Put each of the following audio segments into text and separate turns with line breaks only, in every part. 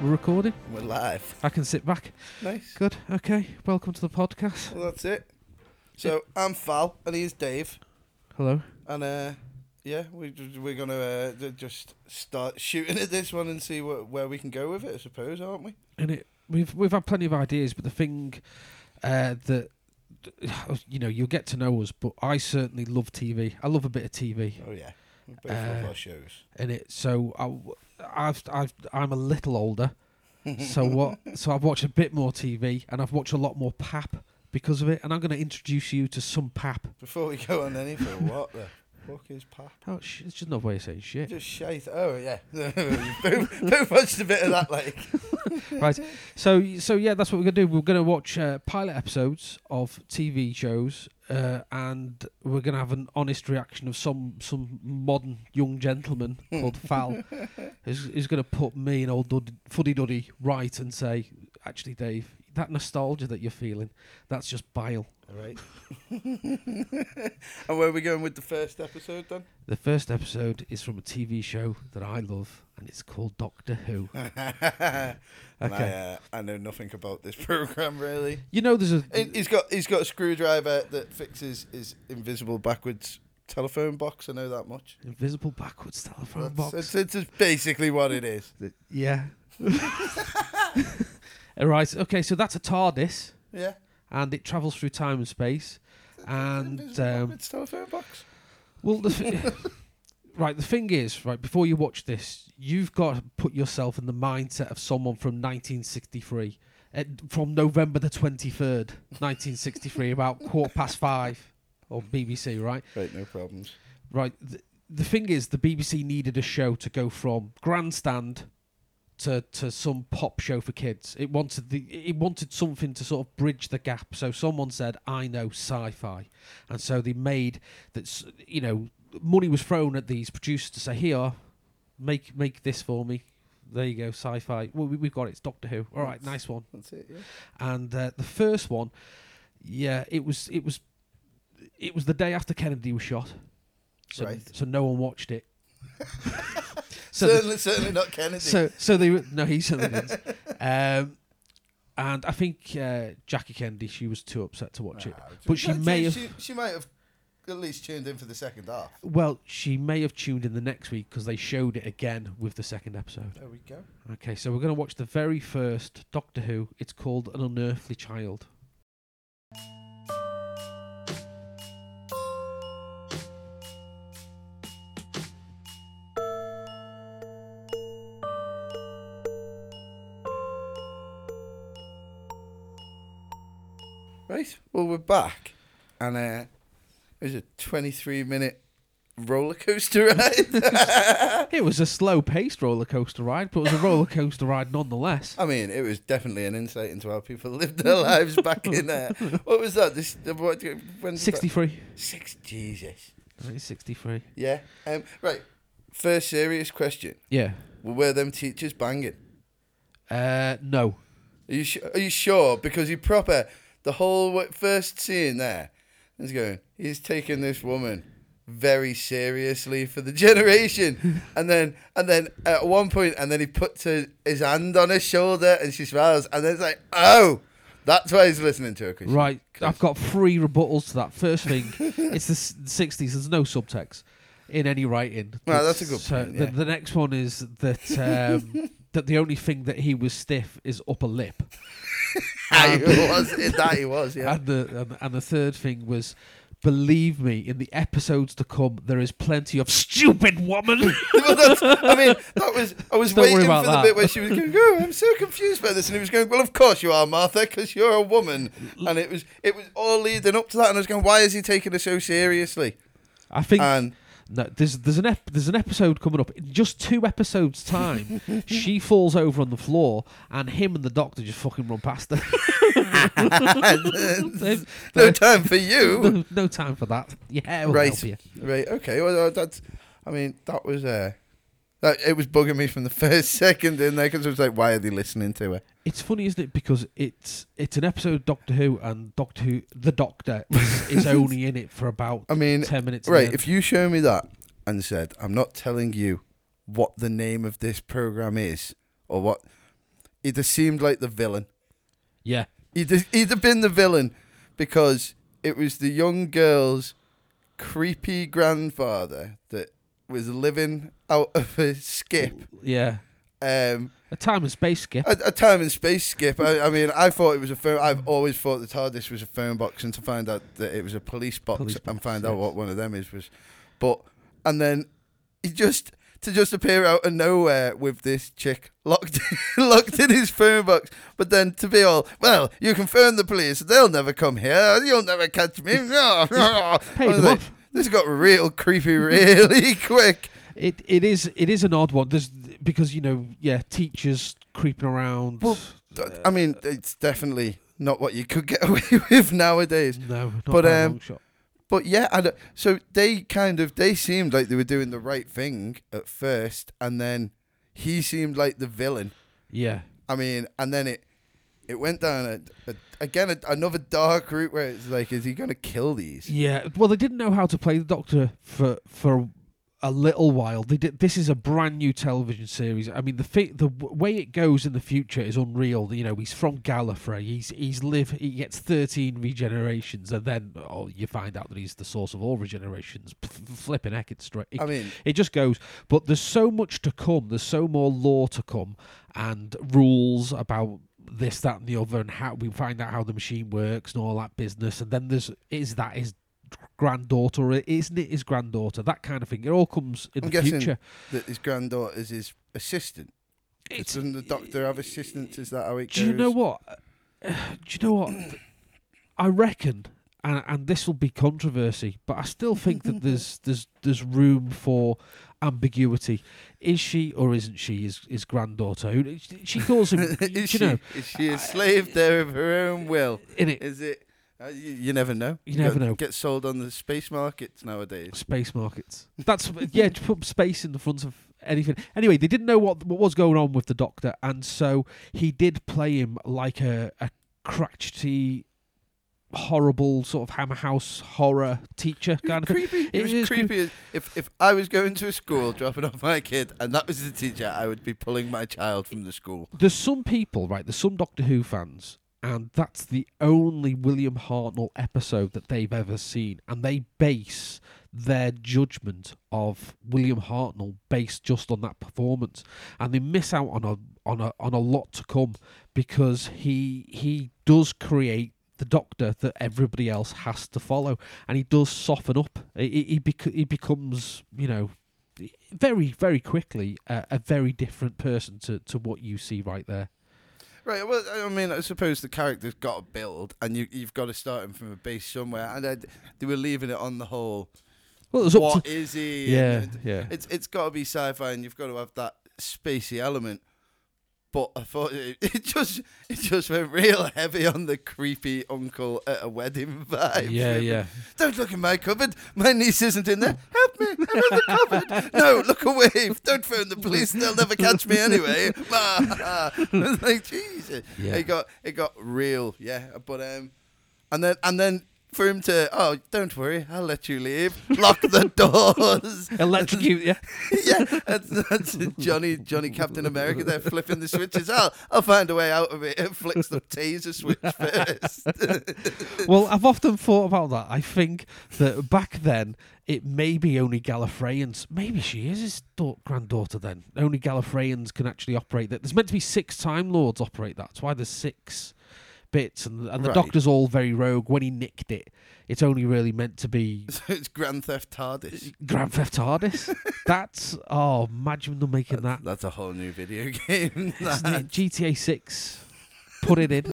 We're recording.
We're live.
I can sit back.
Nice.
Good. Okay. Welcome to the podcast.
Well, that's it. So I'm Fal, and he's Dave,
Hello.
and uh, yeah, we ju- we're gonna uh, ju- just start shooting at this one and see wh- where we can go with it. I suppose, aren't we?
And it, we've we've had plenty of ideas, but the thing uh, that you know you'll get to know us. But I certainly love TV. I love a bit of TV,
Oh yeah, we both love
Uh,
our shows.
and it. So I, I've I've I'm a little older, so what? So I've watched a bit more TV, and I've watched a lot more pap because of it. And I'm going to introduce you to some pap.
Before we go on any further, what the fuck is pap?
Oh, sh- it's just another way of saying shit.
Just shite. Oh yeah, both, both watched a bit of that. Like
right. So so yeah, that's what we're gonna do. We're gonna watch uh, pilot episodes of TV shows, uh, and we're gonna have an honest reaction of some some modern young gentleman called Fal, who's, who's gonna put me and old Dud- Fuddy Duddy right and say, actually, Dave, that nostalgia that you're feeling, that's just bile.
right. and where are we going with the first episode then?
The first episode is from a TV show that I love, and it's called Doctor Who.
And I,
Okay.
uh, I know nothing about this program really.
You know, there's a
And he's got he's got a screwdriver that fixes his invisible backwards telephone box. I know that much.
invisible backwards telephone
That's,
box.
It's, it's just basically what it is.
Yeah. All right. Okay. So that's a TARDIS,
Yeah.
and it travels through time and space. And
Invisible
um,
backwards telephone box.
well, the th- right. The thing is, right before you watch this, you've got to put yourself in the mindset of someone from 1963, uh, from November the 23rd, 1963, about quarter past five, on BBC. Right.
Right, no problems.
Right. The, the thing is, the BBC needed a show to go from grandstand to to some pop show for kids. It wanted the it wanted something to sort of bridge the gap. So someone said, "I know sci-fi," and so they made that. s- You know, money was thrown at these producers to say, "Here, make make this for me." There you go, sci-fi. Well, we, we've got it. It's Doctor Who. All right, nice one
That's it. Yeah.
and uh, the first one, yeah, it was it was it was the day after Kennedy was shot, so
Right.
so no one watched it. so the-
certainly, certainly not Kennedy.
so so they were, no he certainly didn't. Um, and I think uh, Jackie Kennedy she was too upset to watch it,
Nah,
but she
I'd
may
say
have.
She, she might have at least tuned in for the second half.
Well, she may have tuned in the next week because they showed it again with the second episode.
There we go.
Okay, so we're going to watch the very first Doctor Who. It's called An Unearthly Child.
Right. Well, we're back, and uh, it was a 23 minute roller coaster ride.
It was a slow paced roller coaster ride, but it was a roller coaster ride nonetheless.
I mean, it was definitely an insight into how people lived their lives back in there. What was that? This what? When did
63.
That? Six. Jesus.
1963.
Yeah. Um. Right. First serious question:
Yeah.
Were them teachers banging?
Uh, no.
Are you su- Are you sure? Because you proper the whole w- first scene there is going. He's taking this woman very seriously for the generation, and then and then at one point, and then he puts her, his hand on her shoulder, and she smiles, and then it's like, oh, that's why he's listening to her. 'cause she-
Right. I've got three rebuttals to that. First thing, it's the s- 60s. There's no subtext in any writing.
Well, that's
It's-
a good
so
point,
the,
yeah.
the next one is that um, that the only thing that he was stiff is upper lip.
Aye, it was it, that he was, yeah.
And the and, and the third thing was, believe me, in the episodes to come, there is plenty of stupid woman.
Well, that's- I mean, that was I was
Don't worry
waiting for
about
the
that.
bit where she was going, "Oh, I'm so confused by this," and he was going, "Well, of course you are, Martha, because you're a woman." And it was it was all leading up to that, and I was going, "Why is he taking her so seriously?"
I think
And
No, there's there's an ep- there's an episode coming up in just two episodes time. she falls over on the floor, and him and the doctor just fucking run past her. They've-
no
they've-
time for you.
no, no time for that. Yeah, we'll
right,
help you.
right, okay. Well, uh, that's. I mean, that was. Uh, that it was bugging me from the first second in there because I was like, why are they listening to it?
It's funny, isn't it? Because it's it's an episode of Doctor Who, and Doctor Who, the Doctor is, is only in it for about
I mean,
ten minutes. and
Right,
then-
if you show me that and said, I'm not telling you what the name of this program is or what, it just seemed like the villain.
yeah,
He'd, he'd have been the villain because it was the young girl's creepy grandfather that was living out of a skip,
yeah,
um,
a time and space skip.
a, a time and space skip. I, I mean, I thought it was a phone. I've always thought the TARDIS was a phone box, and to find out that it was a police box
Police
and
box,
find out
yes.
what one of them is was, but and then he just to just appear out of nowhere with this chick locked locked in his phone box, but then to be all well, you can phone the police. They'll never come here. You'll never catch me. I
Pay
was
them
like,
off.
This got real creepy really quick.
It it is it is an odd one. There's because you know yeah teachers creeping around.
Well,
Uh,
I mean, it's definitely not what you could get away with nowadays.
no, not
but,
by a
um,
long shot.
But yeah, and uh, so they kind of they seemed like they were doing the right thing at first, and then he seemed like the villain.
Yeah,
I mean, and then it it went down a, a, again a, another dark route where it's like, is he gonna kill these?
yeah. Well, they didn't know how to play the Doctor for for a little while. They did. This is a brand new television series. I mean, the fi- the w- way it goes in the future is unreal. You know, he's from Gallifrey. He's he's live. He gets thirteen regenerations, and then oh, you find out that he's the source of all regenerations. F- f- flipping heck, it's straight.
I mean,
it just goes but there's so much to come there's so more law to come and rules about this that and the other and how we find out how the machine works and all that business and then there's is that his granddaughter isn't it his granddaughter that kind of thing it all comes in
I'm
the
guessing
future
that his granddaughter is his assistant.
it's
Doesn't the doctor have assistants? Is that how it
do you
goes?
know what do you know what i reckon and, and this will be controversy but i still think that there's there's there's room for ambiguity is she or isn't she his, his granddaughter Who- she calls him you
is she
know
is she a slave there of her own will?
in it
Is it? Uh, you, you never know.
You never
Get-
know.
Get sold on the space markets nowadays.
space markets that's yeah to put space in the front of anything anyway they didn't know what what was going on with the doctor and so he did play him like a, a crotchety horrible sort of hammer house horror teacher kind of thing.
creepy. It,
It
was,
is
creepy. as- If if I was going to a school dropping off my kid and that was the teacher, I would be pulling my child from the school.
There's some people, right? There's some Doctor Who fans, and that's the only William Hartnell episode that they've ever seen, and they base their judgment of William Hartnell based just on that performance, and they miss out on a on a on a lot to come because he he does create the Doctor that everybody else has to follow, and he does soften up. He he, he bec- he becomes you know very very quickly uh, a very different person to, to what you see right there
Right. Well, I mean, I suppose the character's got to build, and you you've got to start him from a base somewhere. And I, they were leaving it on the whole.
well it's
What is
up to
he?
yeah
And
yeah
It's it's got to be sci-fi, and you've got to have that spacey element. But I thought it, it just it just went real heavy on the creepy uncle at a wedding vibe.
yeah yeah
Don't look in my cupboard. My niece isn't in there. Help me. I'm in the cupboard. No, look away. Don't phone the police. They'll never catch me anyway. Ah. It's like Jesus.
Yeah.
It got it got real. Yeah, but um, and then and then for him to oh don't worry I'll let you leave. Lock the doors.
electrocute yeah
yeah, that's, that's Johnny Johnny Captain America. They're flipping the switches. I'll I'll find a way out of it. It flicks the taser switch first.
well i've often thought about that i think that back then it may be only gallifreyans maybe she is his da- granddaughter then only gallifreyans can actually operate that there's meant to be six time lords operate that that's why there's six bits and, and the
Right.
doctor's all very rogue when he nicked it it's only really meant to be
so it's Grand Theft TARDIS.
Grand Theft Tardis. That's oh, imagine them making that.
That's a whole new video game.
Isn't it? GTA Six. Put it in.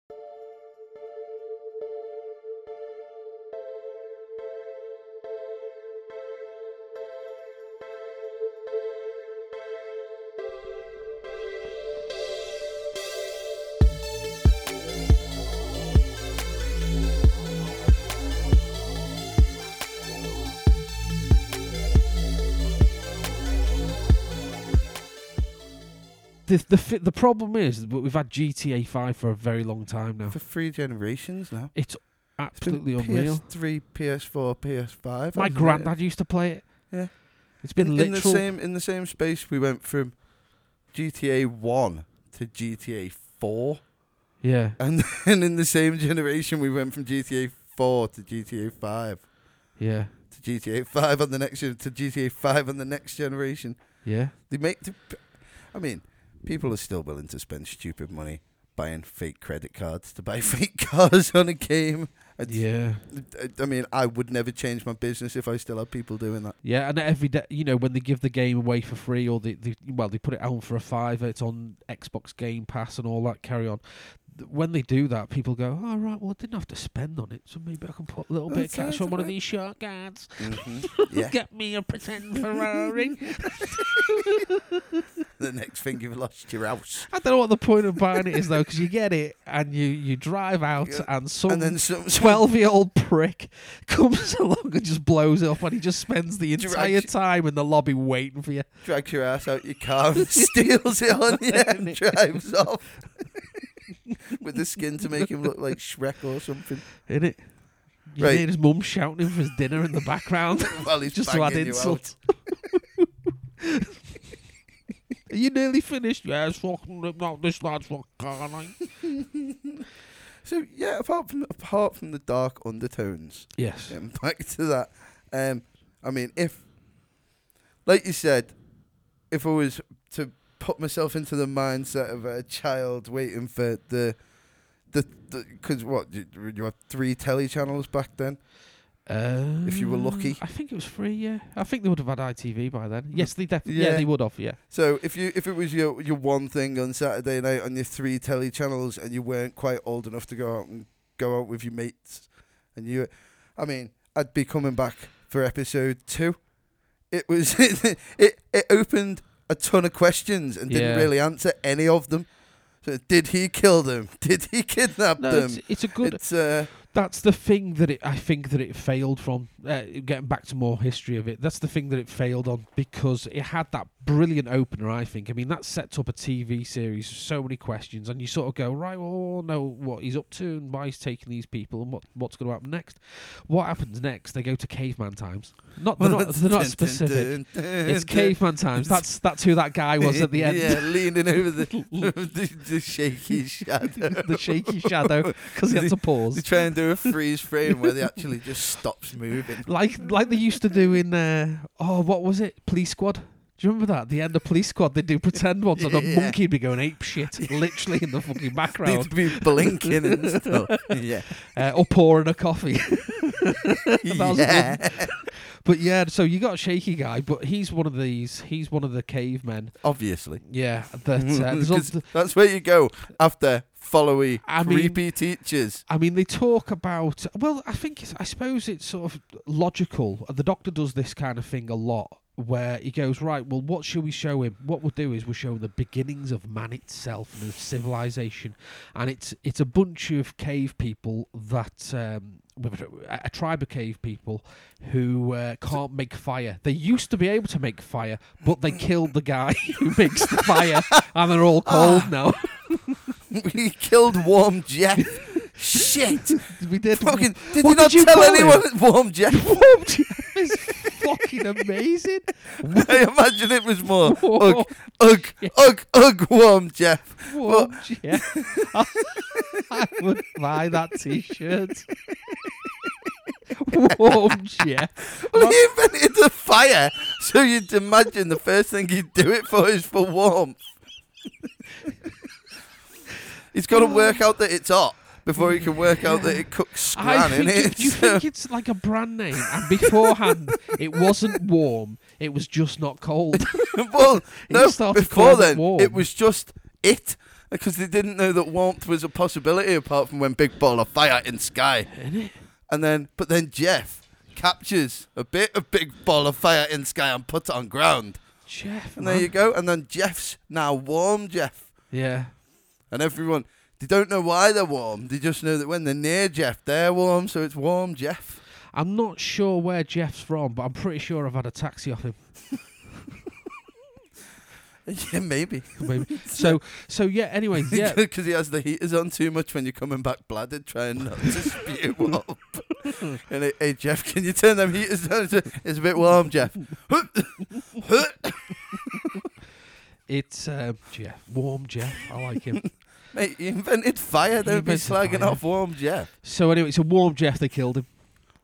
the the fi- the problem is that we've had GTA Five for a very long time now.
for three generations now.
It's
It's been
absolutely unreal.
PS3, PS4, PS5.
My
hasn't it?
granddad used to play it.
Yeah.
it's
In,
been
in the
literal.
same in the same space, we went from GTA One to GTA Four,
yeah,
and then in the same generation, we went from GTA Four to GTA Five
yeah,
to GTA Five on the next gen- to GTA Five on the next generation.
yeah.
They make. The, I mean, people are still willing to spend stupid money buying fake credit cards to buy fake cars on a game. I,
Yeah,
I- I mean, I would never change my business if I still had people doing that.
yeah, and every day, you know, when they give the game away for free, or they, they well, they put it out for a fiver. It's on Xbox Game Pass and all that. Carry on. Th- When they do that, people go, "All right, well, I didn't have to spend on it, so maybe I can put a little bit of
That's right,
cash on one of
right.
these short cards.
Mm-hmm. Yeah.
Get me a pretend Ferrari."
the next thing you've lost your house.
I don't know what the point of buying it is though, because you get it and you you drive out
Yeah.
and some
and then some some
twelve year old prick comes along and just blows it up, and he just spends the
Dra-
entire time in the lobby waiting for you.
drags your ass out your car and steals it on you and drives off with the skin to make him look like Shrek or something.
In it, you
Right.
hear his mum shouting him for his dinner in the background,
While he's
just to add
banging you out.
insult. Are you nearly finished? Yeah, it's fucking not this lad's fucking car. like.
So yeah, apart from apart from the dark undertones,
Yes.
getting back to that. Um, I mean, if like you said, if I was to put myself into the mindset of a child waiting for the the because what you, you had three telly channels back then.
Um,
If you were lucky.
I think it was free. Yeah, I think they would have had ITV by then. Yes, they definitely. Yeah.
Yeah.
they would have. Yeah.
So if you if it was your your one thing on Saturday night on your three telly channels and you weren't quite old enough to go out and go out with your mates and you I mean, I'd be coming back for episode two. It was it it, opened a ton of questions and
Yeah.
didn't really answer any of them. So did he kill them? Did he kidnap
No,
them?
it's, it's a good.
It's uh
That's the thing that it, I think that it failed from. Uh, getting back to more history of it, that's the thing that it failed on because it had that brilliant opener. I think. I mean, that sets up a TV series, so many questions, and you sort of go, right, well, I know what he's up to and why he's taking these people and what what's going to happen next. What happens next? They go to caveman times. Not they're not, they're not specific. It's caveman times. That's that's who that guy was at the end.
Yeah, leaning over the the, the shaky shadow.
the shaky shadow because he had to
They
pause.
try and do a freeze frame where they actually just stops moving.
Like like they used to do in uh, oh what was it Police Squad? Do you remember that? The end of Police Squad, they do pretend ones, and a
Yeah.
monkey'd be going ape shit, literally in the fucking
Need
background,
to be blinking and stuff. Yeah,
uh, or pouring a coffee. was
yeah.
but yeah, so you got a shaky guy, but he's one of these. He's one of the cavemen.
Obviously,
Yeah, that
Mm,
uh, there's all
'Cause that's where you go after followy
I mean-
creepy teachers.
I mean, they talk about. Well, I think it's, I suppose it's sort of logical. The doctor does this kind of thing a lot, where he goes, right. Well, what shall we show him? What we'll do is we'll show him the beginnings of man itself and of civilization, and it's it's a bunch of cave people that. Um, with a, a tribe of cave people who uh, can't make fire. They used to be able to make fire, but they killed the guy who makes the fire, and they're all cold now.
we killed Warm Jeff. Shit!
we did
Fucking! Did
What
you not
did you
tell
call him?
anyone it's Warm Jeff?
Warped is fucking amazing.
I imagine it was more
Warm
ugh, ugh, ugh, ugh, Warm Jeff.
Warped, yeah. I, I would buy that t-shirt. Warped, yeah.
Well, he invented the fire, so you'd imagine the first thing he'd do it for is for warmth. He's got to work out that it's hot before he can work out that it cooks
I
scran in
think
it.
it, do you think it's like a brand name? And beforehand, it wasn't warm. It was just not cold.
well, no,
started
before
calling it
then,
warm.
it was just it. Because they didn't know that warmth was a possibility apart from when Big Ball of Fire in Sky. And then, but then Jeff captures a bit of Big Ball of Fire in Sky and puts it on ground.
Jeff,
And
man.
there you go. And then Jeff's now warm, Jeff.
yeah.
And everyone, they don't know why they're warm. They just know that when they're near Jeff, they're warm. So it's warm, Jeff.
I'm not sure where Jeff's from, but I'm pretty sure I've had a taxi off him.
yeah, maybe.
Maybe. so so yeah. Anyway, yeah.
Because he has the heaters on too much when you're coming back bladdered, trying not to spew up. and hey, hey, Jeff, can you turn them heaters down? It's a- It's a bit warm, Jeff.
It's um, yeah, warm Jeff. I like him.
Mate, you invented fire. Don't be
invented
slagging
fire.
off warm Jeff.
so anyway, it's a warm Jeff. They killed him.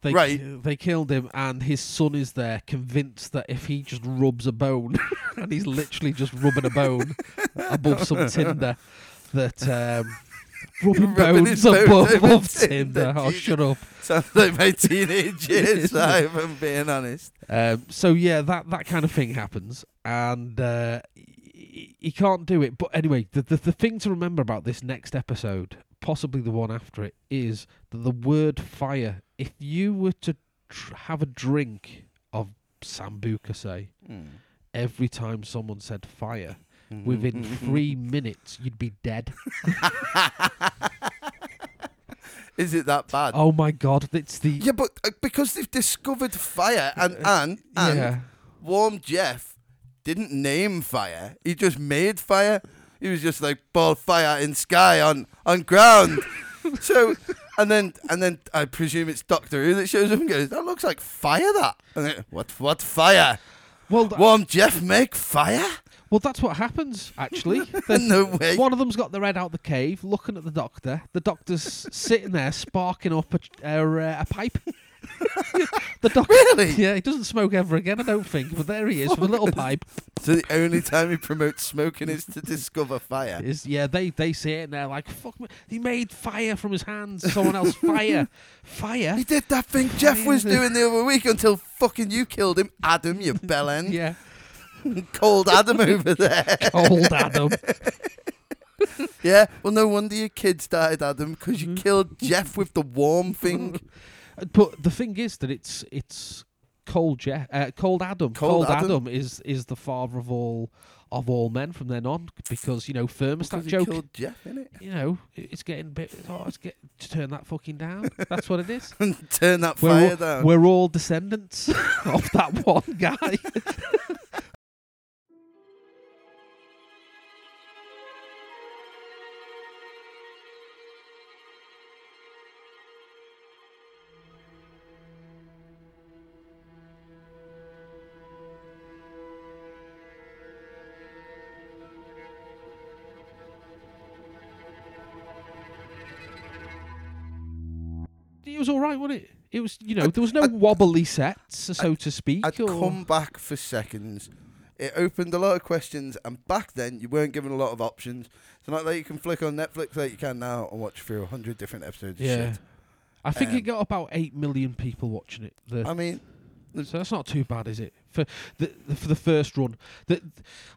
They,
Right.
They killed him, and his son is there, convinced that if he just rubs a bone, and he's literally just rubbing a bone above some tinder, that um, rubbing
Rubbing his
bones above,
bones over
above
tinder,
tinder. Oh,
Jesus.
shut up.
Sounds like my teenage years, if I'm being honest.
Um, so yeah, that that kind of thing happens, and uh, he, he can't do it. But anyway, the, the the thing to remember about this next episode, possibly the one after it, is that the word fire. If you were to tr- have a drink of sambuca, say every time someone said fire,
Mm.
within
Mm-hmm.
three minutes you'd be dead.
Is it that bad?
Oh my god, it's the
Yeah, but uh, because they've discovered fire and and and
Uh, yeah.
warm Jeff didn't name fire. He just made fire. He was just like ball fire in sky on on ground. so and then and then I presume it's Doctor Who that shows up and goes, "That looks like fire." That and then, what what fire?
Well, th-
Warm Jeff make fire?
Well, that's what happens, actually. There's-
No way.
One of them's got their head out the cave, looking at the doctor. The doctor's sitting there, sparking up a, a, uh, a pipe. the doctor,
Really?
Yeah, he doesn't smoke ever again, I don't think. But there he is with a little pipe.
So the only time he promotes smoking is to discover fire.
Is yeah, they they see it and they're like, "Fuck me!" He made fire from his hands. Someone else fire, fire.
He did that thing Jeff was
Fire.
doing the other week until fucking you killed him, Adam, you bellend.
Yeah,
Cold Adam over there.
old Adam.
Yeah, well, no wonder your kid started Adam because
Mm-hmm.
you killed Jeff with the warm thing.
But the thing is that it's it's cold Je- uh, cold Adam. Cold,
Cold Adam.
Adam. is is the father of all of all men from then on because you know thermostat
Because you
joke.
killed Jeff, innit?
You know it- it's getting a bit. Oh, it's get to turn that fucking down. That's what it is.
And turn that
We're
fire
all,
down.
we're all descendants of that one guy. it was all right, wasn't it? It was, you know, there was no wobbly sets, so to speak.
I'd
or-
come back for seconds. It opened a lot of questions, and back then you weren't given a lot of options. It's not like you can flick on Netflix like you can now and watch through a hundred different episodes.
yeah.
of shit.
I think
Um,
it got about eight million people watching it. The
I mean,
So that's not too bad, is it? For the, the for the first run, the,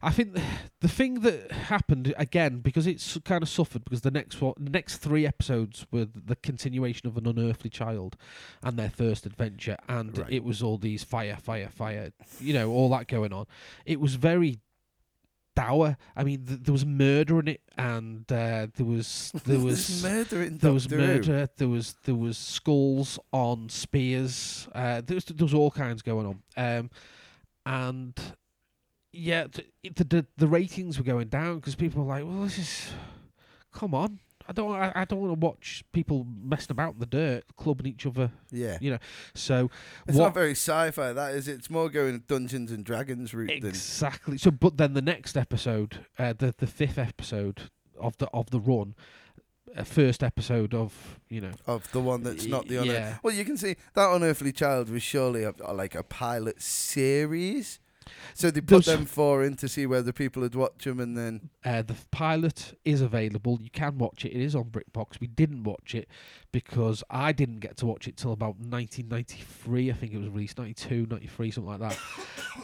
I think the thing that happened again because it's kind of suffered because the next one, the next three episodes were the continuation of an unearthly child and their first adventure, and
Right.
it was all these fire, fire, fire, you know, all that going on. It was very dour. I mean, th- there was murder in it, and uh, there was there was
murder in
there was
Doctor Who.
murder. There was there was skulls on spears. Uh, there was there was all kinds going on. Um, and yeah, th- it- the the, the ratings were going down because people were like, "Well, this is come on." I don't. I, I don't want to watch people messing about in the dirt, clubbing each other.
Yeah,
You know, so
it's
what
not very sci-fi. That is, it's more going Dungeons and Dragons route than
Exactly. So, but then the next episode, uh, the the fifth episode of the of the run, uh, first episode of you know,
of the one that's not the
Y-
unearthly.
yeah.
Well, you can see that unearthly child was surely a, like a pilot series. So they put
Those-
them four in to see whether people would watch them, and then
uh, the pilot is available. You can watch it. It is on BritBox. We didn't watch it because I didn't get to watch it till about 1993. I think it was released 92, 93, something like that.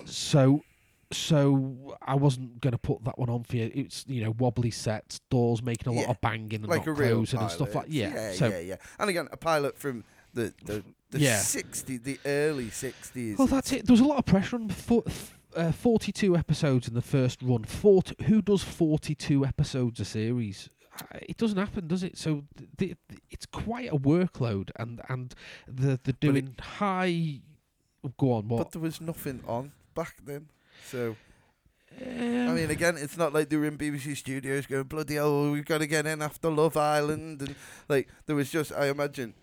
so, so I wasn't going to put that one on for you. It's you know wobbly sets, doors making a lot
Yeah,
of banging and
like a
not
real
closing and stuff
pilot.
like yeah.
yeah,
so
yeah, yeah. And again, a pilot from the the, the
Yeah.
60, the early sixties.
Well, that's it. There was a lot of pressure on fo- f- uh, 42 episodes in the first run. Fort- who does 42 episodes a series? Uh, It doesn't happen, does it? So th- th- th- it's quite a workload, and and the the
it-
doing high. Go on, what?
but there was nothing on back then, so I mean, again, it's not like they were in BBC studios going, bloody hell, we've got to get in after Love Island. And, like, there was just, I imagine,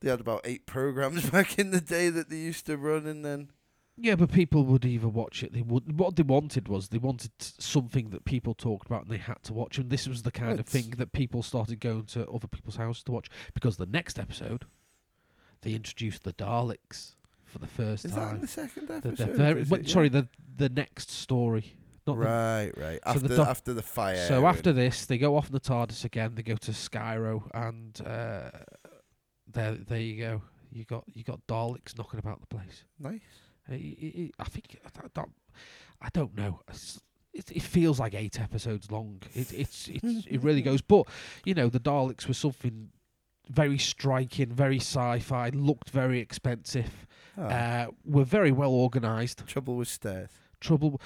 they had about eight programs back in the day that they used to run. And then,
Yeah, but people would either watch it. They would. What they wanted was they wanted s- something that people talked about and they had to watch. And this was the kind of
It's-
thing that people started going to other people's houses to watch because the next episode, they introduced the Daleks for the first
is that in
time.
the second
The-
episode?
the very-
is
wait,
it?
sorry, the the next story, not the
Right, right.
So the
After,
doc-
after the fire.
So
and-
after this, they go off in the TARDIS again. They go to Skyro, and uh, there, there you go. You got you got Daleks knocking about the place.
Nice.
I- I I- I think I don't- don't- I don't know. It's- It, it feels like eight episodes long. It it's, it's it really goes. But you know, the Daleks were something very striking, very sci-fi. Looked very expensive.
Ah,
Uh, were very well organised
trouble with stairs.
trouble.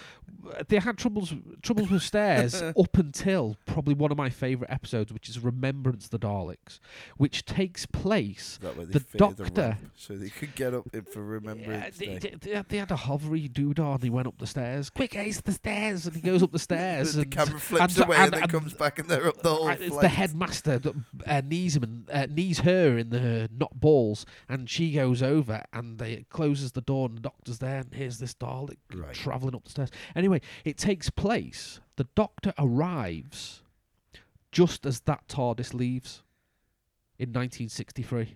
They had troubles troubles with stairs up until probably one of my favourite episodes, which is Remembrance of the Daleks, which takes place.
Is that where they
The
fitted the
doctor-
ramp so they could get up in for
Yeah,
remembrance?
they,
Day?
they, they had- they had a hovery doodah and he went up the stairs. Quick, Ace, the stairs! And he goes up the stairs.
the
and
camera flips
and-
away and,
and-
then
and-
comes back and they're up the whole
uh, it's the
flight.
headmaster that uh, knees him and uh, knees her in the not balls, and she goes over and they closes the door and the doctor's there and here's this Dalek
Right.
traveling up the stairs. Anyway, it takes place. The doctor arrives just as that TARDIS leaves in 1963.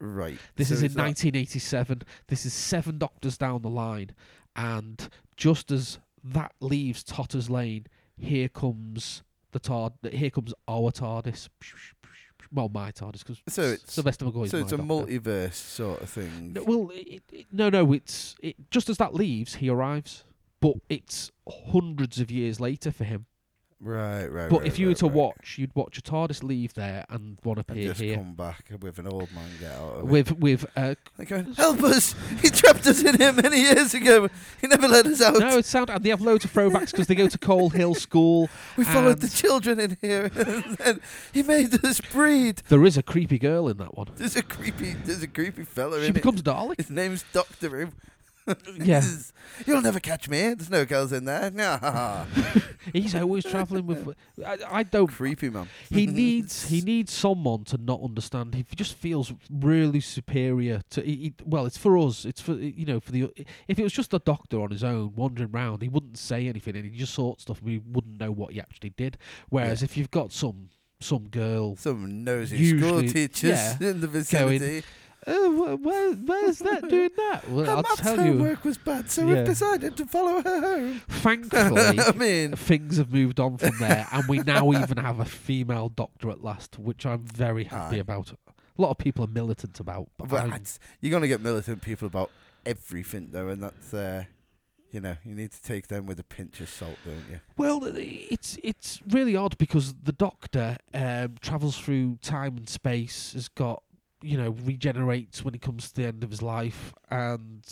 Right.
This
so
is in
that-
1987. This is seven doctors down the line, and just as that leaves Totter's Lane, here comes the tard. Here comes our TARDIS. Well, my TARDIS, because
So it's-
Sylvester McCoy's
So
my
it's a
doctor.
multiverse sort of thing.
No, well, it, it, no, no. It's it, just as that leaves, he arrives, but it's hundreds of years later for him.
Right, right.
But
right,
if you were
right,
to
right.
watch, you'd watch a TARDIS leave there and one
and
appear
just
here
come back with an old man get out of it.
with with uh,
They're going, help us! He trapped us in here many years ago. He never let us out.
No, it's sound, and they have loads of throwbacks because they go to Coal Hill School.
we followed
and-
the children in here, and then he made us breed.
There is a creepy girl in that one.
There's a creepy, there's a creepy fella
She
in it.
becomes Dalek.
His name's Doctor Who.
Yeah.
You'll never catch me. There's no girls in there. Nah.
He's always travelling with. I, I don't.
Creepy man.
He needs he needs someone to not understand. He just feels really superior to. He, he- well, it's for us. It's for you know for the. If it was just the doctor on his own wandering round, he wouldn't say anything and he just sort stuff. We wouldn't know what he actually did. Whereas if you've got some some girl
Some nosy
Usually-
school teachers
yeah.
in the vicinity.
Oh, wh- where, where's that doing that? Well,
Her
I'll
maths
tell you.
homework was bad, so
Yeah.
we decided to follow her home.
Thankfully,
I mean,
things have moved on from there, and we now even have a female doctor at last, which I'm very happy
Aye.
about. A lot of people are militant about, but
well,
I'm-
that's- you're going to get militant people about everything, though, and that's, uh, you know, you need to take them with a pinch of salt, don't you?
well, it's it's really odd because the doctor um, travels through time and space, has got you know regenerates when he comes to the end of his life, and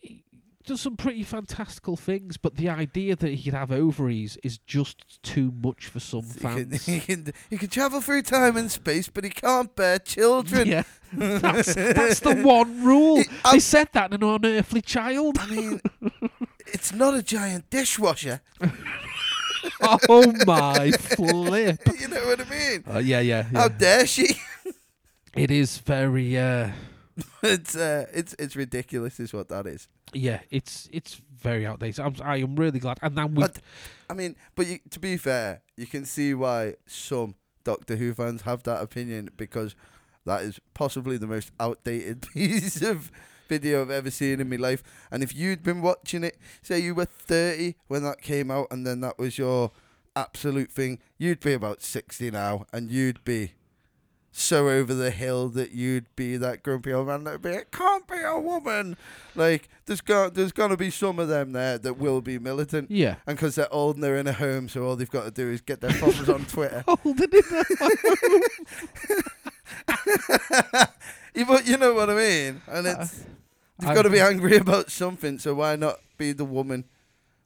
he does some pretty fantastical things. But the idea that he could have ovaries is just too much for some
He can,
fans.
he, can, he can travel through time and space, but he can't bear children.
Yeah, that's, that's the one rule.
It- I-
they said that in an unearthly child.
I mean, it's not a giant dishwasher.
oh my flip!
You know what I mean?
Uh, yeah, yeah,
How
yeah.
dare she?
It is very, uh,
it's uh, it's it's ridiculous, is what that is.
yeah, it's it's very outdated. I'm, I am really glad. And then we,
But- I mean, but you, to be fair, you can see why some Doctor Who fans have that opinion because that is possibly the most outdated piece of video I've ever seen in my life. And if you'd been watching it, say you were 30 when that came out, and then that was your absolute thing, you'd be about 60 now, and you'd be so over the hill that you'd be that grumpy old man that would be, it can't be a woman. Like, there's got, there's going to be some of them there that will be militant.
yeah,
And 'cause they're old and they're in a home, so all they've got to do is get their followers on Twitter.
holding it.
You- but you know what I mean? And it's they've got to be angry about something, so why not be the woman,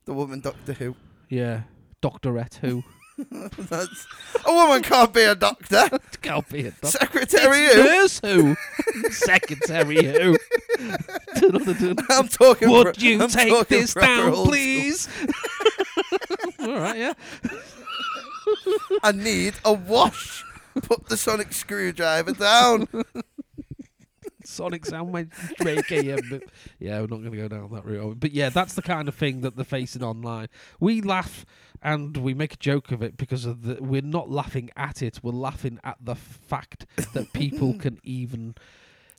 the woman Doctor Who?
Yeah, Doctorette who
That's a woman can't be a doctor,
can't be a doctor.
secretary who.
Nurse who, secretary who. Dun, dun, dun, dun.
I'm talking.
Would
pro-
you
I'm
take
talking
this
proper
down,
old
please? all right, yeah.
I need a wash. Put the sonic screwdriver down.
Sonic sound my reggae. Yeah, but yeah, we're not going to go down that route. But yeah, that's the kind of thing that they're facing online. We laugh and we make a joke of it because of the, we're not laughing at it. We're laughing at the fact that people can even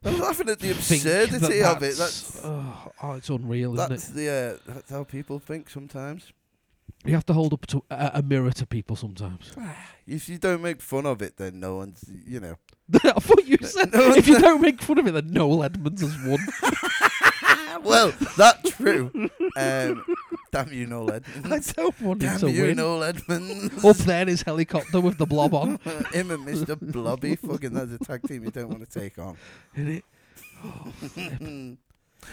I'm laughing at the
think
absurdity
that
of
that's-
it. That's
oh, oh, it's unreal, isn't
that's
it?
the uh, that's how people think sometimes.
You have to hold up to a, a mirror to people sometimes.
If you don't make fun of it, then no one's you know.
I thought you said
No,
if you don't make fun of it, then Noel Edmonds has won.
Well, that's true. um, damn you, Noel
I
Edmonds.
don't want him
Damn
to
you,
win.
Noel Edmonds.
Up there in his helicopter with the blob on.
Him and Mr. Blobby, fucking that's a tag team you don't want to take on.
Isn't it?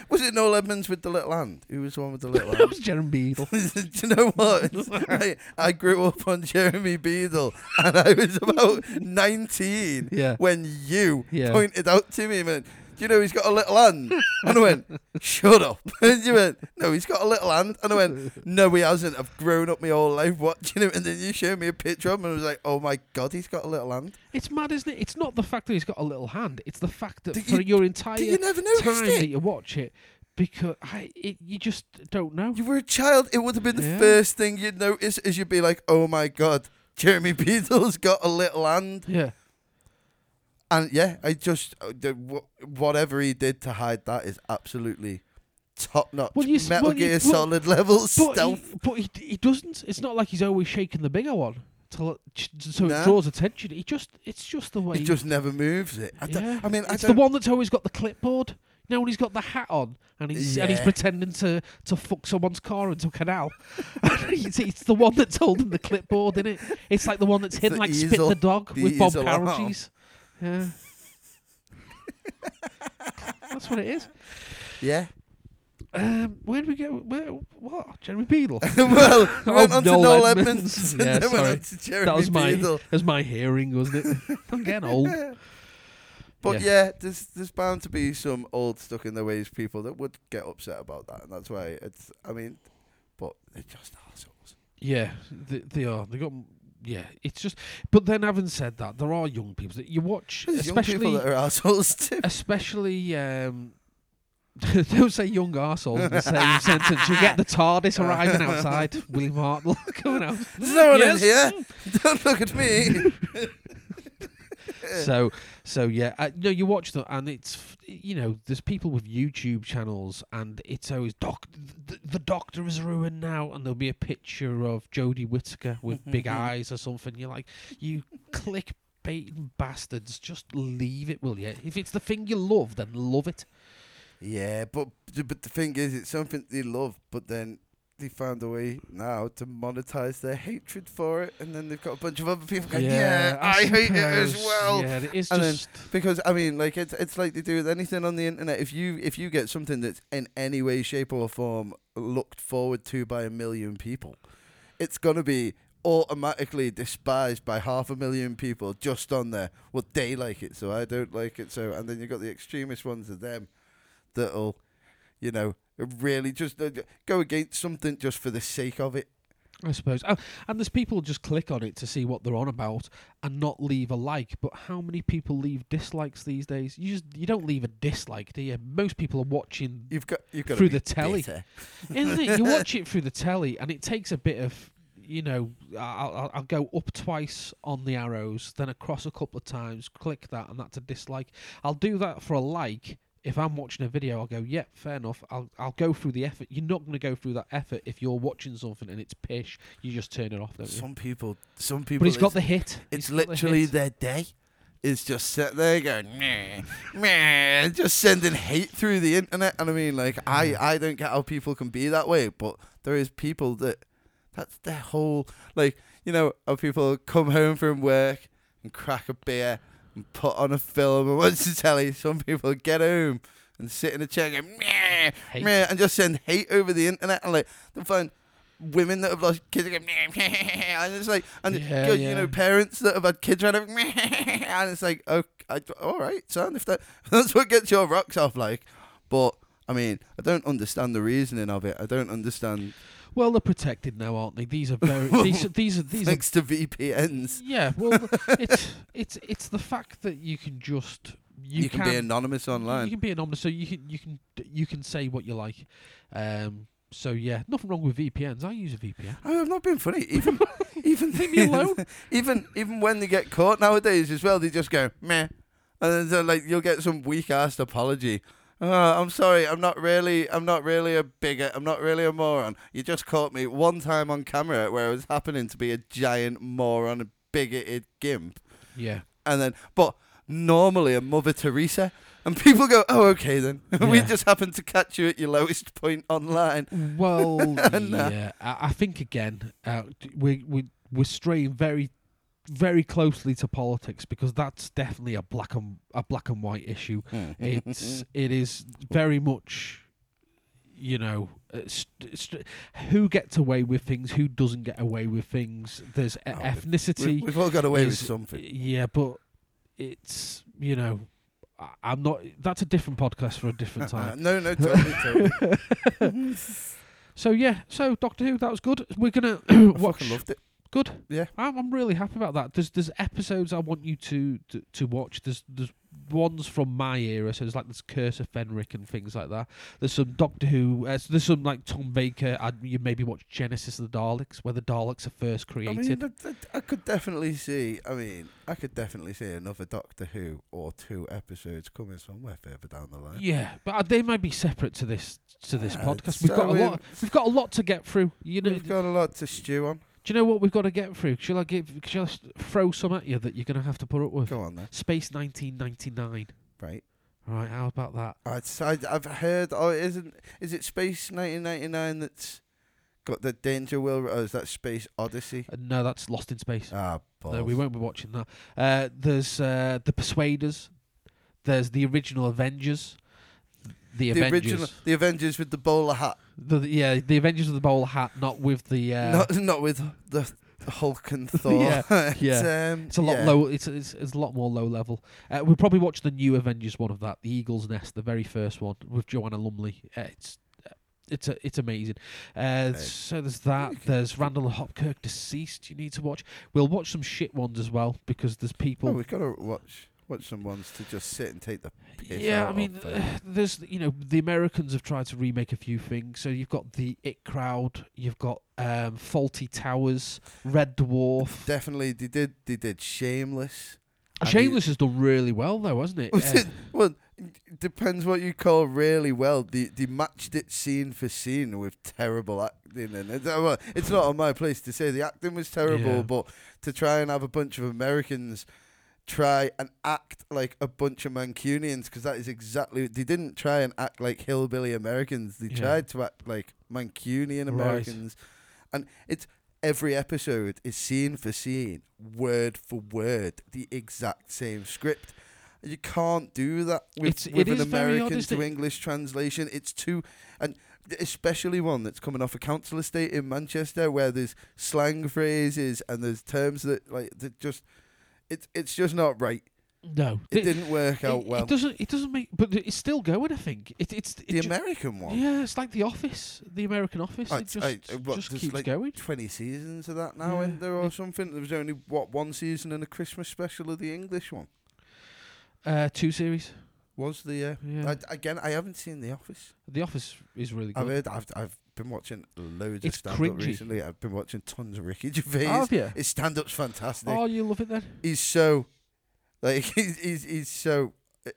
Was it Noel Edmonds with the little hand? Who was the one with the little
That
hand?
was Jeremy Beadle.
Do you know what? I, I grew up on Jeremy Beadle and I was about 19
Yeah.
when you
Yeah.
pointed out to me, man, do you know he's got a little hand? And I went, shut up. And you went, no, he's got a little hand. And I went, no, he hasn't. I've grown up my whole life watching him. And then you showed me a picture of him and I was like, oh my God, he's got a little hand.
It's mad, isn't it? It's not the fact that he's got a little hand. It's the fact that
Did
for
you-
your entire
you never noticed
time
it?
that you watch it, because I, it, you just don't know.
You were a child, it would have been the
Yeah.
first thing you'd notice is you'd be like, oh my God, Jeremy Beadle's got a little hand.
yeah,
And yeah, I just uh, the, wh- whatever he did to hide that is absolutely top notch.
Well, you s-
Metal
well, you-
Gear
well,
Solid level
but
stealth.
he, but he, he doesn't. It's not like he's always shaking the bigger one to, so
No.
it draws attention. He just, it's just the way.
He just never moves it. I, don't-
yeah.
I mean, I
it's
don't.
the one that's always got the clipboard. You know when he's got the hat on and he's and he's
Yeah.
pretending to, to fuck someone's car into a canal. it's, it's the one that's holding the clipboard in it. It's like the one that's hidden
the
like
easel-
spit the dog
the
with Bob
easel arm.
Caragees. Yeah. that's what it is.
yeah.
Um, where do we go? Where what? Jeremy Beadle.
well, we went on to
Noel
Noel
Edmonds.
Edmonds.
Yeah,
and then went
sorry.
on to Jeremy
that was my
Beadle.
that was my hearing, wasn't it? I'm getting old.
But
Yeah.
yeah. there's there's bound to be some old stuck in their ways people that would get upset about that, and that's why it's. I mean, but they're just assholes.
Yeah, they, they are. They got. Yeah, it's just. But then, having said that, there are young people that you watch,
There's young people
especially,
that are assholes too.
especially. Um, don't say young arseholes in the same sentence. You get the TARDIS arriving outside. William Hartnell coming out.
There's no one
Yes.
in here. Don't look at me.
so so yeah uh, no you watch that and it's f- you know there's people with youtube channels and it's always doc the, the doctor is ruined now and there'll be a picture of jodie whittaker with
Mm-hmm,
big eyes or something you're like you click baiting bastards just leave it will you if it's the thing you love then love it
Yeah, but but the thing is, it's something they love, but then they found a way now to monetize their hatred for it, and then they've got a bunch of other people going, "Yeah, I, hate it as
suppose.
well."
yeah it is
And then-
just
Because I mean, like it's it's like they do with anything on the internet. If you if you get something that's in any way, shape, or form looked forward to by a million people, it's gonna be automatically despised by half a million people just on there. Well, they like it, so I don't like it. So and then you've got the extremist ones of them that'll, you know, really just uh, go against something just for the sake of it.
I suppose. Oh, and there's people just click on it to see what they're on about and not leave a like. But how many people leave dislikes these days? You just you don't leave a dislike, do you? Most people are watching,
You've got you've got
Through the telly. isn't it? You watch it through the telly, and it takes a bit of you know. I'll, I'll- I'll go up twice on the arrows, then across a couple of times. Click that, and that's a dislike. I'll do that for a like. If I'm watching a video, I'll go, yeah, fair enough. I'll I'll go through the effort. You're not going to go through that effort if you're watching something and it's pish. You just turn it off, don't you?
Some people, some people.
But he's
it's-
got the hit.
It's
He's got the
literally
hit.
their day. It's just sat there going, meh, meh, just sending hate through the internet. And I mean, like, I, I don't get how people can be that way, but there is people that, that's their whole, like, you know, how people come home from work and crack a beer and put on a film and watch the telly. Some people get home and sit in a chair and go, meh,
Hate.
meh, and just send hate over the internet. And like, they'll find women that have lost kids and go, meh, meh, and it's like, and
Yeah,
you
yeah.
know, parents that have had kids running, and it's like, oh, I, all right, son, if that that's what gets your rocks off, like, but I mean, I don't understand the reasoning of it. I don't understand
Well, they're protected now, aren't they? These are very these are, these are these are
thanks to VPNs.
yeah. Well, th- it's it's it's the fact that you can just you,
You, can, be anonymous online.
You can be anonymous, so you can you can you can say what you like. Um, so yeah, nothing wrong with VPNs. I use a VPN.
I mean, I've not been funny. Even even
Leave me alone.
even even when they get caught nowadays as well, they just go meh, and then they're like you'll get some weak assed apology. Oh, I'm sorry. I'm not really. I'm not really a bigot. I'm not really a moron. You just caught me one time on camera where I was happening to be a giant moron, a bigoted gimp,
Yeah,
and then but normally a Mother Teresa, and people go, "Oh, okay then. we
Yeah.
just happened to catch you at your lowest point online."
Well, yeah, I, I think again uh, d- we we we're straying very, very closely to politics because that's definitely a black and a black and white issue. Hmm.
Mm-hmm.
It's it is very much, you know, uh, st- st- who gets away with things, who doesn't get away with things. There's e-
We,
ethnicity.
we've all got away Oh, with
is-
something.
Yeah, but it's you know, I, I'm not. That's a different podcast for a different time.
Uh, no, no, totally, totally.
So yeah, so Doctor Who, that was good. We're gonna
I
watch.
fucking loved it.
Good.
Yeah.
I'm, I'm really happy about that. There's there's episodes I want you to to, to watch. There's there's ones from my era, so there's like this Curse of Fenric and things like that. There's some Doctor Who. Uh, there's some like Tom Baker. i you maybe watch Genesis of the Daleks, where the Daleks are first
I
created.
mean, that, that- I could definitely see. I mean, I could definitely see another Doctor Who or two episodes coming somewhere further down the line.
yeah, but uh, they might be separate to this to this
Yeah,
podcast. We've
so
got a
we-
lot. We've got a lot to get through. You know,
We've got a lot to stew on.
do you know what we've got to get through? Shall I give? Shall I s- throw some at you that you're gonna have to put up with?
Go on then,
Space 1999.
right?
Right, how about that?
I'd, si- I've heard. Oh, isn't is it Space 1999 that's got the Danger Will? Or is that Space Odyssey?
Uh, no, that's Lost in Space.
Ah,
Uh, no, we
balls.
won't be watching that. Uh, there's uh, the Persuaders. There's the original Avengers. The,
The
Avengers.
original, the Avengers with the bowler hat,
The, the- yeah, the Avengers of the Bowl Hat, not with the. Uh,
not not with the Hulk and Thor.
Yeah, yeah.
it's, um,
it's a lot
yeah.
low. It's, it's it's a lot more low level. Uh, we'll probably watch the new Avengers one of that, the Eagle's Nest, the very first one with Joanna Lumley. Uh, it's it's a, it's amazing. Uh, so there's that. There's Randall Hopkirk deceased. You need to watch. We'll watch some shit ones as well because there's people.
Oh, we've got to watch watch some ones to just sit and take the piss
Yeah,
out
I
of,
mean,
though.
there's you know the Americans have tried to remake a few things. So you've got the It Crowd, you've got um, Faulty Towers, Red Dwarf. Uh,
definitely they did they did Shameless. I mean-
Shameless has done really well though, hasn't it?
Was
Uh,
it- well, it depends what you call really well. They they matched it scene for scene with terrible acting, and it's, uh, well, it's not on my place to say the acting was terrible,
Yeah.
but to try and have a bunch of Americans try and act like a bunch of Mancunians because that is exactly they didn't try and act like hillbilly Americans. They
Yeah.
tried to act like Mancunian
Right.
Americans, and it's every episode is scene for scene, word for word, the exact same script. You can't do that
It's-
with,
it
with an
is very odd,
American
isn't
to
it?
English translation. It's too, and especially one that's coming off a council estate in Manchester where there's slang phrases and there's terms that like that just, it's it's just not right.
no,
It
Th-
didn't work out
it-
well.
It doesn't. It doesn't make. But it's still going. I think it, it's it
the
ju-
American one,
Yeah, it's like The Office, the American Office.
I-
it just,
I- uh, what,
just
there's
keeps
like
going.
twenty seasons of that now,
Yeah,
and there
yeah.
or something. There was only what one season and a Christmas special of the English one.
Uh, two series.
Was the uh,
Yeah.
I, again? I haven't seen The Office.
the Office is really good.
I've heard. I've I've been watching loads
It's
of stand up
cringy.
recently. I've been watching tons of Ricky Gervais.
Have you?
His stand up's fantastic.
Oh, you love it then?
He's so like he's he's, he's so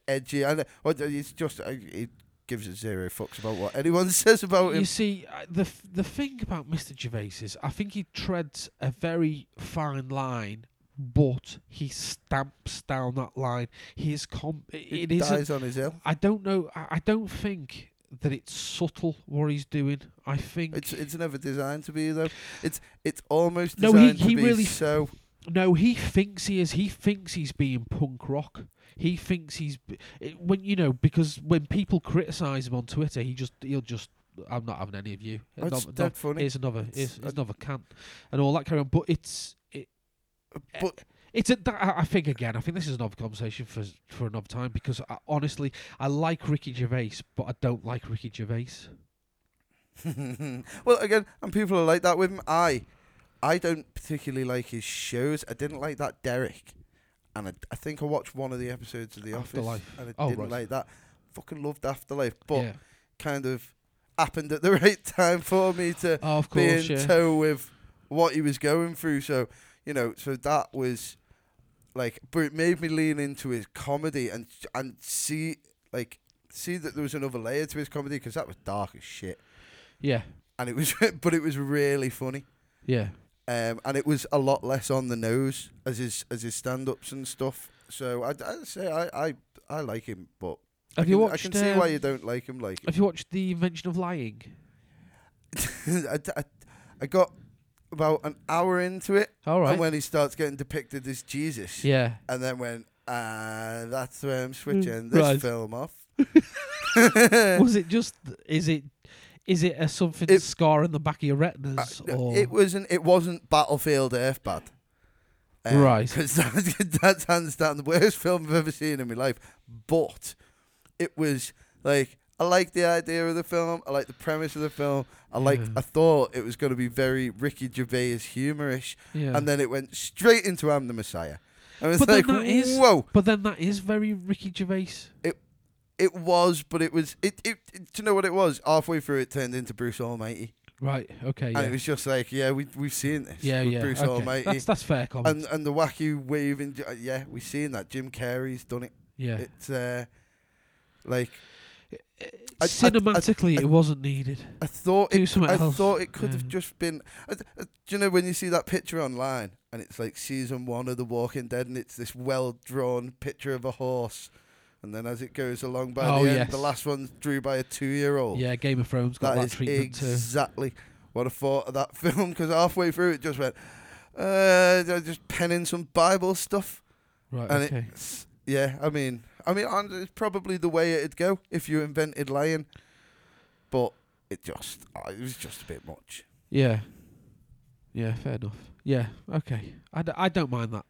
edgy. I know. well, It's just uh, he gives a zero fucks about what anyone says about him.
You see, I- the f- the thing about Mr. Gervais is, I think he treads a very fine line, but he stamps down that line. He is com.
He
It is.
dies on his hill.
I don't know. I, I don't think that it's subtle what he's doing. I think
It's it's never designed to be though. It's it's almost
No,
designed
he-
to
he
be
really-
so.
no. He thinks he is. He thinks he's being punk rock. He thinks he's b- it, when you know because when people criticize him on Twitter, he just he'll just. I'm not having any of you.
It's
Another-
dead funny.
Here's another,
It's-
here's, here's
I-
another can, and all that carry on. But it's it,
But-
it's a, that, I- I think again. I think this is another conversation for for another time because I, honestly, I like Ricky Gervais, but I don't like Ricky Gervais.
well, again, and people are like that with him. I, I don't particularly like his shows. I didn't like that Derek, and I, I think I watched one of the episodes of The
Afterlife.
Office, and I
Oh,
didn't
right.
like that. Fucking loved Afterlife, but
yeah.
kind of happened at the right time for me to
Oh, of
be in
course, yeah.
tow with what he was going through. So you know, so that was like, but it made me lean into his comedy and and see like see that there was another layer to his comedy because that was dark as shit,
yeah,
and it was but it was really funny.
yeah,
Um, and it was a lot less on the nose as his as his stand ups and stuff. So I'd, I'd say I, I I like him, but I
Have you
can-
watched?
I can see why
um,
you don't like him. Like
Have you watched the Invention of Lying?
I, I, I got about an hour into it,
All
and
right.
when he starts getting depicted as Jesus,
yeah. Mm.
and then when uh, that's where I'm switching this
Right.
film off.
Was it just? Is it? Is it a something
It-
scar in the back of your
Uh,
retinas? or
it wasn't. It wasn't Battlefield Earth bad,
Right.
Because that's, that's hands down the worst film I've ever seen in my life. But it was like I like the idea of the film. I like the premise of the film. I like.
Yeah.
I thought it was going to be very Ricky Gervais humorish,
yeah.
and then it went straight into I'm the Messiah. And it's
But then
like,
that is-
whoa,
but then that is very Ricky Gervais.
it was, but it was, it, it, it- do you know what it was? Halfway through, it turned into Bruce Almighty,
Right. Okay.
and it
Yeah.
was just like, yeah, we we've seen this,
Yeah.
with
Yeah.
Bruce
okay.
Almighty,
That's that's fair comment.
and and the wacky waving, uh, yeah, we've seen that. Jim Carrey's done it.
yeah.
It's uh, like I- I-
Cinematically,
I-
it wasn't needed.
I thought
Do
it,
something
I
else.
thought it could have
Yeah.
just been. I, th- I, do you know when you see that picture online and it's like season one of The Walking Dead and it's this well drawn picture of a horse, and then as it goes along by
Oh,
the end,
yes.
the last one's drew by a two year old.
Yeah. Game of Thrones got
Oh. that
that,
is
treatment too.
exactly what I thought of that film because halfway through it just went, uh, they're just penning some Bible stuff,
Right.
and
Oh, okay.
it's yeah. I mean, I mean, and it's probably the way it'd go if you invented lying, but it just uh, it was just a bit much.
Yeah. Yeah. Fair enough. Yeah. Okay. I, d- I don't mind that.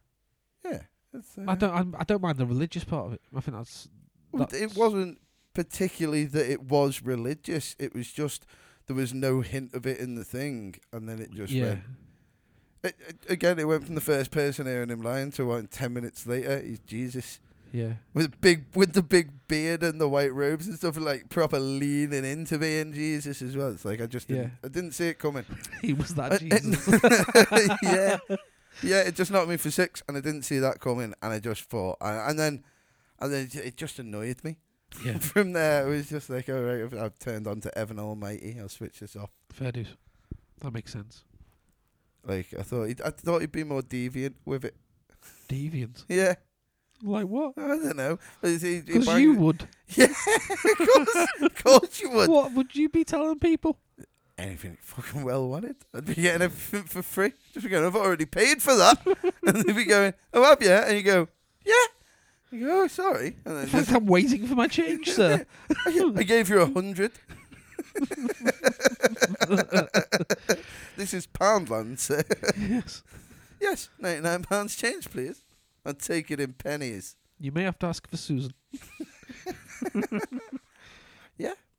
Yeah, it's, uh,
I don't I'm, I don't mind the religious part of it. I think that's
well,
that's-
It wasn't particularly that it was religious. It was just there was no hint of it in the thing, and then it just
yeah.
went. It, it- again, it went from the first person hearing him lying to one ten minutes later, he's Jesus
Yeah.
with big with the big beard and the white robes and stuff, like proper leaning into being Jesus as well. It's like I just didn't,
Yeah.
I didn't see it coming.
he was that
I- Uh, it-
Jesus.
yeah, yeah. It just knocked me for six, and I didn't see that coming, and I just thought, and, and then, and then it just annoyed me.
yeah.
From there, it was just like, all right, I've, I've turned on to Evan Almighty. I'll switch this off.
Fair dues. That makes sense.
Like I thought, he'd, I thought he'd be more deviant with it.
Deviant.
Yeah,
Like what?
I don't know. Is he- he
Because
bang-
you would.
yeah, of course, of course you would.
What would you be telling people?
Anything you fucking well wanted, I'd be getting everything for free. Just be going, I've already paid for that, and they'd be going, oh, have you? And you go, yeah. You go, oh, sorry, and then
In
just
fact, I'm waiting for my change, sir.
I gave you a hundred. this is Poundland, sir.
yes.
Yes, ninety-nine pounds change, please. I'll take it in pennies.
You may have to ask for Susan.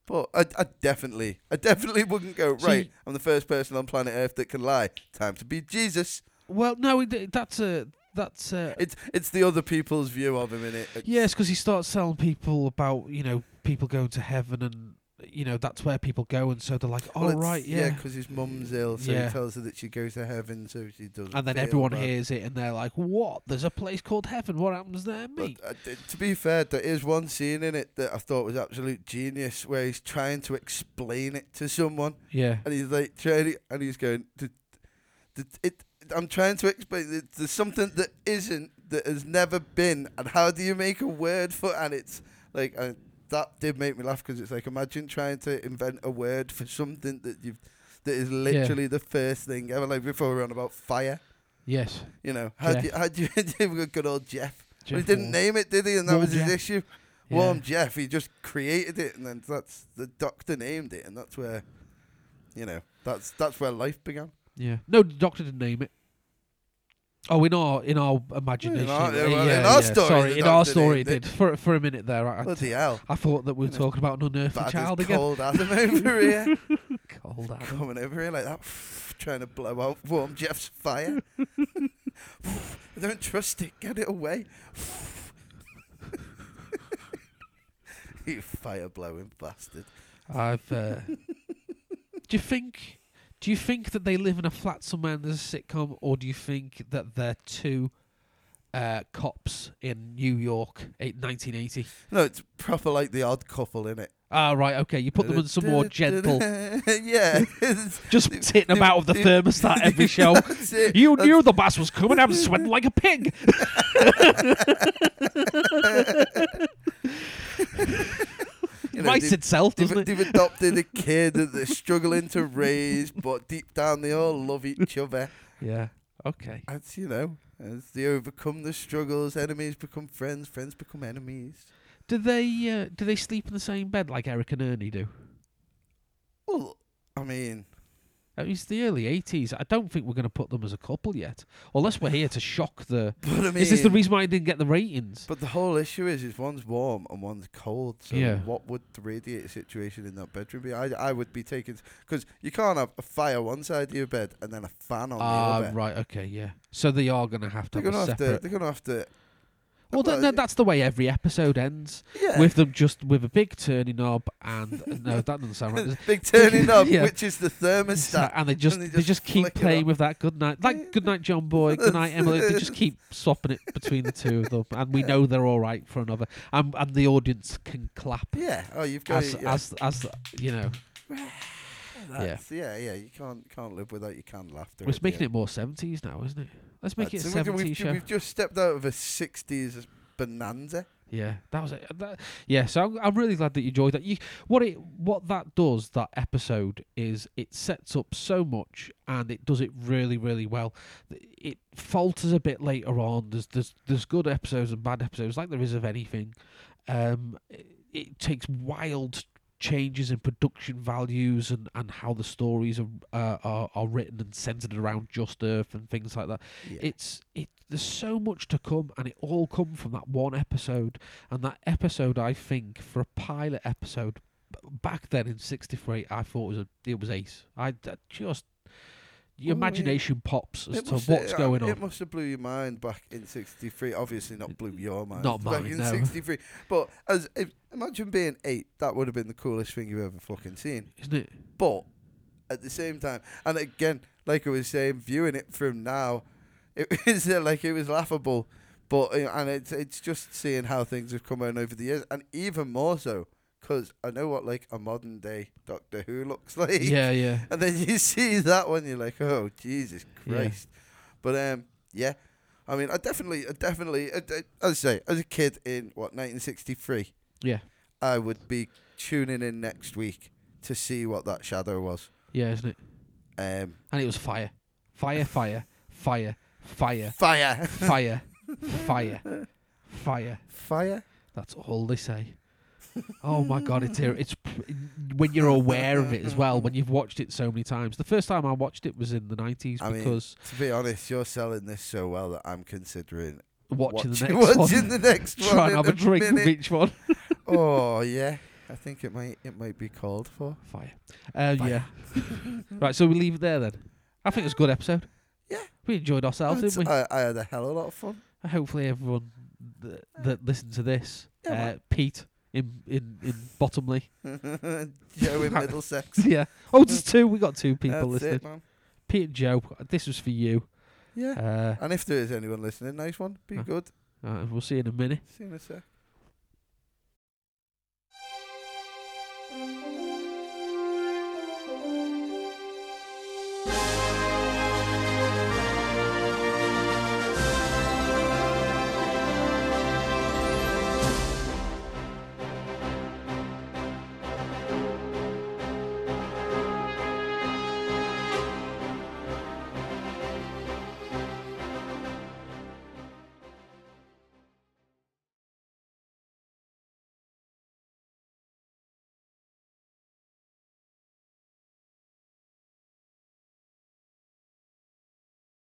But I, I definitely, I definitely wouldn't go
So
right.
you-
I'm the first person on planet Earth that can lie. Time to be Jesus.
Well, no, it- that's a that's a
It's it's the other people's view of him in it.
Yes, because he starts telling people about you know people going to heaven and you know that's where people go, and so they're like, all right, yeah.
because his mum's ill, so
Yeah.
he tells her that she goes to heaven, so she does.
And then
feel
everyone
bad.
hears it and they're like, "What? There's a place called heaven. What happens there,
But,
mate?"
uh, t- to be fair, there is one scene in it that I thought was absolute genius, where he's trying to explain it to someone,
yeah,
and he's like trying, to, and he's going, "D- d- "It." I'm trying to explain. It. There's something that isn't, that has never been, and how do you make a word for? And it's like uh, that did make me laugh because it's like imagine trying to invent a word for something that you've, that is literally the first thing ever. Like before, we were on about fire.
yes.
You know, how do you,
Jeff.
how do you good old Jeff? Well, he
Jeff
didn't
Wall.
name it, did he? And that
Warm
was his
Jeff.
issue.
Yeah.
Warm um, Jeff. He just created it, and then that's the doctor named it, and that's where, you know, that's that's where life began.
Yeah. No, the doctor didn't name it. Oh, in our in our imagination,
In our-
yeah,
well,
yeah,
in our
yeah,
story,
Sorry,
they
in
don't,
our
do they?
story, it
They-
did for for a minute there. I,
Bloody hell.
I thought that we were talking about an unearthly
Bad
child
as
again.
cold Adam over here.
Cold Adam.
Coming over here like that. Trying to blow out warm Jeff's fire. I don't trust it. Get it away. you fire blowing bastard.
I've. Uh, do you think? Do you think that they live in a flat somewhere and there's a sitcom, or do you think that they're two uh, cops in New York, eh, eight, 1980?
No, it's proper like the odd couple, in it?
Ah, right. Okay, you put them in some more gentle.
yeah. it's-
Just titting them out of the thermostat every show.
That's it.
You knew the boss was coming. I'm sweating like a pig.
You know,
Writes
they've-
itself,
They've,
doesn't it?
they've adopted a kid that they're struggling to raise, but deep down they all love each other.
Yeah. Okay.
As you know, as they overcome the struggles, enemies become friends, friends become enemies.
Do they uh, do they sleep in the same bed like Eric and Ernie do?
Well, I mean,
It was the early '80s. I don't think we're going to put them as a couple yet, unless we're here to shock the.
but I mean,
Is this the reason why I didn't get the ratings?
But the whole issue is, is one's warm and one's cold. So
Yeah.
what would the radiator situation in that bedroom be? I, I would be taking because you can't have a fire one side of your bed and then a fan on the
Ah,
other.
right. Okay, yeah. So they are going to have to
They're
have
gonna
a
have to.
separate.
They're gonna have to.
well, th-
well,
th- that's the way every episode ends
Yeah.
with them just with a big turning knob and no, that doesn't sound right. does it?
Big turning up,
Yeah.
which is the thermostat.
And they just
And
they
they
just,
just
keep
flick it
playing
up.
with that good night, like good night, John Boy, good night, Emily. They just keep swapping it between the two of them, and we know they're all right for another, and and the audience can clap
Yeah. Oh, you've got
as
it, yeah.
as as you know.
That's- yeah, yeah. You can't can't live without your canned laughter.
We're making it more seventies now, isn't it? Let's make it a seventies
we've, ju-
show.
we've just stepped out of a '60s bonanza.
Yeah, that was it. Uh, That, yeah, so I'm, I'm really glad that you enjoyed that. You, what it what that does that episode is it sets up so much and it does it really really well. It falters a bit later on. There's there's there's good episodes and bad episodes like there is of anything. Um, it, it takes wild changes in production values and, and how the stories are, uh, are are written and centered around just Earth and things like that
Yeah.
it's it there's so much to come and it all come from that one episode and that episode i think for a pilot episode b- back then in 63 i thought it was a, it was ace i d- just your
Well, it-
imagination pops as
It
to
must-
what's
it-
going
It
on
must have blew your mind back in '63. Obviously, not blew your mind.
Not
back
mine,
in
no.
'63. But as if, imagine being eight. That would have been the coolest thing you've ever fucking seen.
isn't it
But at the same time, and again, like I was saying, viewing it from now, it was uh, like it was laughable. But uh, and it's it's just seeing how things have come on over the years, and even more so because I know what like a modern day Doctor Who looks like.
yeah yeah
And then you see that one, you're like, oh Jesus
Yeah.
Christ! But um, yeah, I mean, I definitely, I definitely, I, I, as I say, as a kid in what 1963,
yeah
I would be tuning in next week to see what that shadow was.
yeah isn't it
Um,
and it was fire fire fire fire fire
fire,
fire fire fire
fire.
That's all they say. oh my god, it's here. It's p- when you're aware of it as well. When you've watched it so many times. The first time I watched it was in the nineties
I mean,
because
To be honest, you're selling this so well that I'm considering
watching the next
watching,
one,
watching the next one.
try and
in
have a drink
minute.
with each one.
oh yeah, I think it might, it might be called for.
Fire. Uh, Yeah. right, so we leave it there then. I think it's a good episode.
Yeah.
we enjoyed ourselves, didn't we?
I, I had a hell of a lot of fun.
Hopefully, everyone that, that listened to this,
Yeah,
uh, Pete in in in Bottomley.
Joe in Middlesex.
yeah. Oh, there's two. We got two people
That's
listening.
it, man.
Pete and Joe. This was for you.
Yeah.
Uh,
and if there is anyone listening, nice one. Be
Uh.
good.
Uh, we'll see you in a minute.
See you in a sec.